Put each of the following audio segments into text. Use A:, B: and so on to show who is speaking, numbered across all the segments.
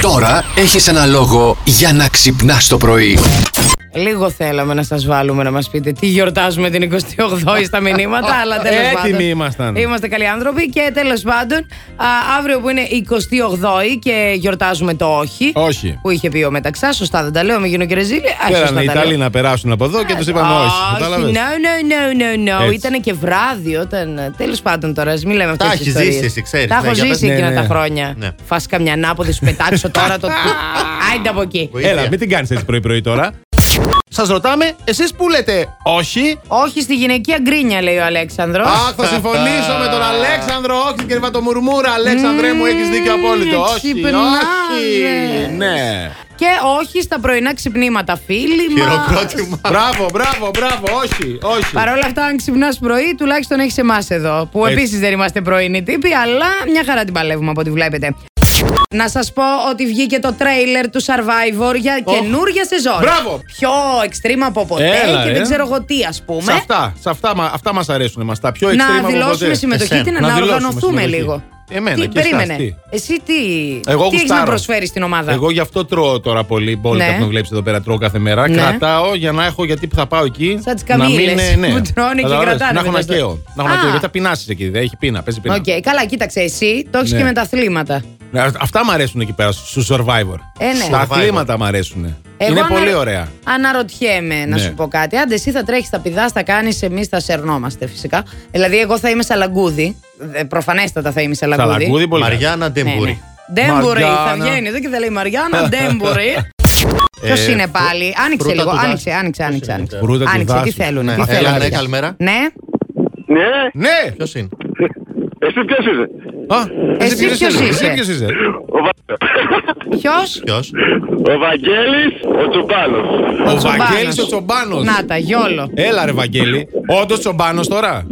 A: Τώρα έχεις ένα λόγο για να ξυπνάς το πρωί.
B: Λίγο θέλαμε να σας βάλουμε να μας πείτε τι γιορτάζουμε την 28η στα μηνύματα, αλλά τέλο πάντων.
C: Έτοιμοι ήμασταν.
B: Είμαστε καλοί άνθρωποι και τέλος πάντων, α, αύριο που είναι 28η και γιορτάζουμε το όχι.
C: Όχι.
B: Που είχε πει ο Μεταξά, σωστά δεν τα λέω, με γίνω και ρεζίλη. α,
C: Θέλανε
B: σωστά
C: οι
B: τα λέω.
C: Ιταλοί να περάσουν από εδώ και τους είπαμε
B: Α,
C: όχι. Κατάλαβες?
B: Όχι, ναι. no, no, no, no, no.
C: Έτσι.
B: Ήταν και βράδυ όταν. Τέλος πάντων τώρα, ας μην λέμε αυτέ
D: Τα
B: τις
D: έχεις
B: ιστορίες.
D: ζήσει εσύ, ξέρεις,
B: Τα
D: ναι,
B: έχω
D: για πες.
B: ζήσει
C: Ναι,
B: εκείνα
C: ναι.
B: τα χρόνια.
D: Ναι.
B: Φας καμιά ανάποδη, σου πετάξω τώρα το. Άιντε από εκεί.
D: Βοήθεια.
C: Έλα, μην την κάνεις έτσι πρωί-πρωί τώρα.
D: Σας ρωτάμε, εσείς που λέτε.
C: Όχι.
B: Όχι στη γυναικεία γκρίνια, λέει ο Αλέξανδρος
C: Αχ, θα συμφωνήσω με τον Αλέξανδρο Όξι και θα το μουρμούρα. Αλέξανδρε μου, έχεις δίκιο απόλυτο. Όχι,
B: ξυπνάδες.
C: όχι. Ναι.
B: Και όχι στα πρωινά ξυπνήματα, φίλοι μας.
D: Χειροκρότημα.
C: Μπράβο, μπράβο, μπράβο. Όχι, όχι.
B: Παρ' όλα αυτά, αν ξυπνάς πρωί, τουλάχιστον έχεις εμάς εδώ. Που
C: Έτσι.
B: επίσης δεν είμαστε πρωινοί τύποι, αλλά μια χαρά την παλεύουμε από ό,τι βλέπετε. Να σας πω ότι βγήκε το τρέιλερ του Survivor για καινούργια σεζόν.
C: Μπράβο.
B: Πιο extreme από ποτέ
C: Έλα,
B: και
C: ε.
B: δεν ξέρω εγώ τι, ας
C: Σε
B: πούμε.
C: αυτά, σε αυτά, μα- αυτά μας αρέσουν εμάς, τα πιο extreme
B: Να
C: από
B: δηλώσουμε
C: ποτέ.
B: συμμετοχή
D: Εσένα.
B: και να,
C: Να
B: να
C: δηλώσουμε
B: οργανωθούμε
C: συμμετοχή.
B: λίγο.
C: Εμένα
B: τι,
C: και εσάς,
B: περίμενε.
C: τι.
B: Εσύ τι,
C: Εγώ
B: τι έχεις να
C: γουστάρω.
B: προσφέρεις στην ομάδα.
C: Εγώ γι' αυτό τρώω τώρα πολύ μπόλικα
B: Ναι.
C: που με βλέπεις εδώ πέρα. Τρώω κάθε μέρα.
B: Ναι.
C: Κρατάω για να έχω γιατί που θα πάω εκεί.
B: Σαν τις
C: να μην
B: καμήλες
C: είναι- ναι.
B: που τρώνε και
C: Καταλαβαίνεις,
B: κρατάνε
C: Να έχω να
B: μετά.
C: καίω. Να έχω
B: Α.
C: να καίω. Γιατί θα πεινάσεις εκεί. Δεν έχει πείνα. Παίζει πείνα.
B: Οκ, καλά, κοίταξε εσύ. Το έχεις
C: Ναι.
B: και με τα αθλήματα.
C: Ναι, Αυτά μου αρέσουν εκεί πέρα στους survivor.
B: Ε, ναι.
C: Τα
D: Survivor.
C: αθλήματα μου αρέσουν.
B: Εγώ
C: Είναι
B: ανα-
C: πολύ ωραία.
B: Αναρωτιέμαι να
C: Ναι.
B: σου πω κάτι. Άντε, εσύ θα τρέχεις, θα πηδάς, θα κάνεις, εμείς θα σερνόμαστε φυσικά. Δηλαδή, εγώ θα είμαι σαλαγκούδι. Ε, Προφανέστατα θα είμαι σαλαγκούδι. Ναι,
C: Σαλαγκούδι πολύ.
D: Μαριάννα Ντεμπουρή.
B: Ντέμπουρη, ναι. θα
C: Μαριάννα.
B: βγαίνει εδώ και θα λέει Μαριάννα, Ντέμπουρη.
C: Ε,
B: Ποιο είναι πάλι. Άνοιξε
D: φρούτα
B: λίγο.
D: του δάσους.
B: Άνοιξε, άνοιξε, άνοιξε.
D: είναι
B: άνοιξε.
C: τα φρούτα του
B: Άνοιξε, τι
C: δάσους.
B: θέλουν.
D: Ναι,
B: τι
D: έλα,
B: θέλουν,
D: ναι,
B: παιδιά.
D: καλημέρα.
B: Ναι,
E: Ναι,
C: Ναι!
D: Ποιος είναι.
E: εσύ ποιος είσαι.
C: Α,
B: Εσύ ποιος είσαι?
C: Εσύ ποιος είσαι.
E: Ο, Βα...
B: ποιος.
D: Ποιος.
E: ο Βαγγέλης, ο Τσουμπάνος.
C: Ο Βαγγέλης ο Τσομπάνος.
B: Να τα, γιόλο.
C: Έλα, ρε Βαγγέλη. Όντως Τσομπάνος τώρα.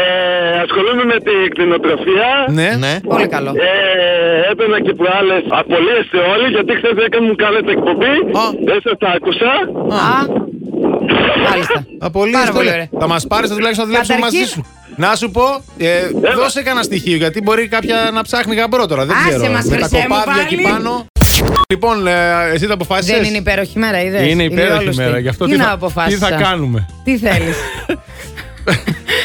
E: Ε, ασχολούμαι με την κτηνοτροφία.
C: Ναι.
D: Ναι.
B: Πολύ καλό.
E: Ε, έπαιρνα και προάλλες απολύεστε όλοι γιατί χθες δεν μου κάνετε εκπομπή.
C: Α.
E: Δεν σας τα άκουσα.
B: Α, μάλιστα.
C: Απολύτω.
B: Πάρα πολύ ωραία.
C: Θα μας πάρεις τουλάχιστον να δουλέψουμε μαζί
B: Καταρχήν-
C: σου. Να σου πω, ε, δώσε κανένα στοιχείο γιατί μπορεί κάποια να ψάχνει γαμπρό τώρα. Δεν
B: Άσε
C: ξέρω.
B: μας,
C: Με τα
B: Χρυσέ μου,
C: κοπάδια
B: πάλι.
C: εκεί πάνω. Λοιπόν, ε, εσύ τα αποφάσισε.
B: Δεν είναι υπέροχη μέρα, είδες.
C: Είναι υπέροχη μέρα. Γι' αυτό
B: τι,
C: τι,
B: να
C: θα, τι
B: αποφάσισα.
C: θα κάνουμε.
B: Τι θέλεις.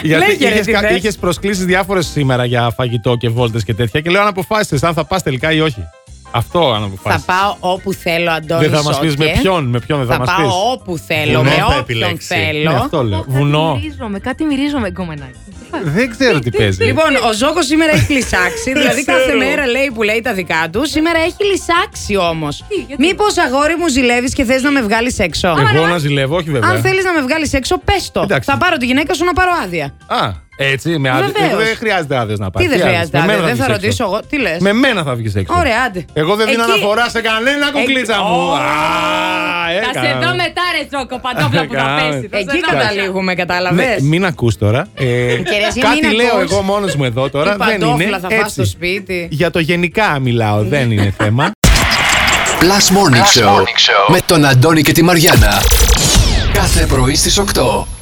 B: Λέγε, ρε, τι θες.
C: Γιατί είχες προσκλήσεις διάφορες σήμερα για φαγητό και βόλτες και τέτοια. Και λέω αν αποφάσισες αν θα πας τελικά ή όχι. Αυτό αν
B: Θα
C: αποφάσισε.
B: πάω όπου θέλω, Αντώνη.
C: Δεν θα μας πεις
B: Σόκε.
C: με ποιον, με ποιον δεν θα
B: Θα
C: μας
B: πάω
C: πεις.
B: όπου θέλω,
D: Βουνό
B: με
D: θα
B: όποιον
D: επιλέξεις.
B: θέλω.
C: Ναι, αυτό λέω.
F: Κάτι
C: Βουνό.
F: Μυρίζομαι, κάτι μυρίζομαι γκόμενάκι.
C: Δεν ξέρω τι παίζει.
B: Λοιπόν, ο Ζόκο σήμερα έχει λυσάξει. δηλαδή,
C: Ξέρω.
B: κάθε μέρα λέει που λέει τα δικά του. Σήμερα έχει λυσάξει όμως.
F: γιατί?
B: Μήπως αγόρι μου ζηλεύεις και θες να με βγάλεις έξω.
C: Εγώ να ζηλεύω, όχι βέβαια.
B: Αν θέλεις να με βγάλεις έξω, πες το.
C: Εντάξει.
B: Θα πάρω τη γυναίκα σου να πάρω άδεια.
C: Α, έτσι, με άδειε.
B: Βεβαίως.
C: Δεν χρειάζεται άδειες να πάρει.
B: Τι δεν χρειάζεται,
C: Με
B: άδεια,
C: μένα
B: δεν θα
C: βγεις
B: ρωτήσω
C: έξω.
B: εγώ. Τι λες.
C: Με μένα θα βγεις έξω.
B: Ωραία, άντε.
C: Εγώ δεν δίνω
B: Εκεί-
C: αναφορά σε κανένα κουκλίτσα μου.
B: Ω,
C: Α,
F: Θα σε
C: έκανα.
F: δω μετά, ρε Τζόκο, παντόπλα που θα
C: Έκανα.
F: πέσεις. Θα σε
B: Εκεί
F: δω μετά.
B: καταλήγουμε,
C: Ναι,
B: κατάλαβες.
C: μην ακούς τώρα. Ε,
B: Κυρία, εσύ μην
C: κάτι λέω
B: ακούς.
C: εγώ μόνος μου εδώ τώρα.
B: Τι
C: Δεν
B: παντόφλα
C: είναι.
B: θα πας στο
C: έτσι.
B: σπίτι.
C: Για το γενικά μιλάω, δεν είναι θέμα.
A: Plus Morning, Show, με τον Αντώνη και τη Μαριάνα. Κάθε πρωί στις 8.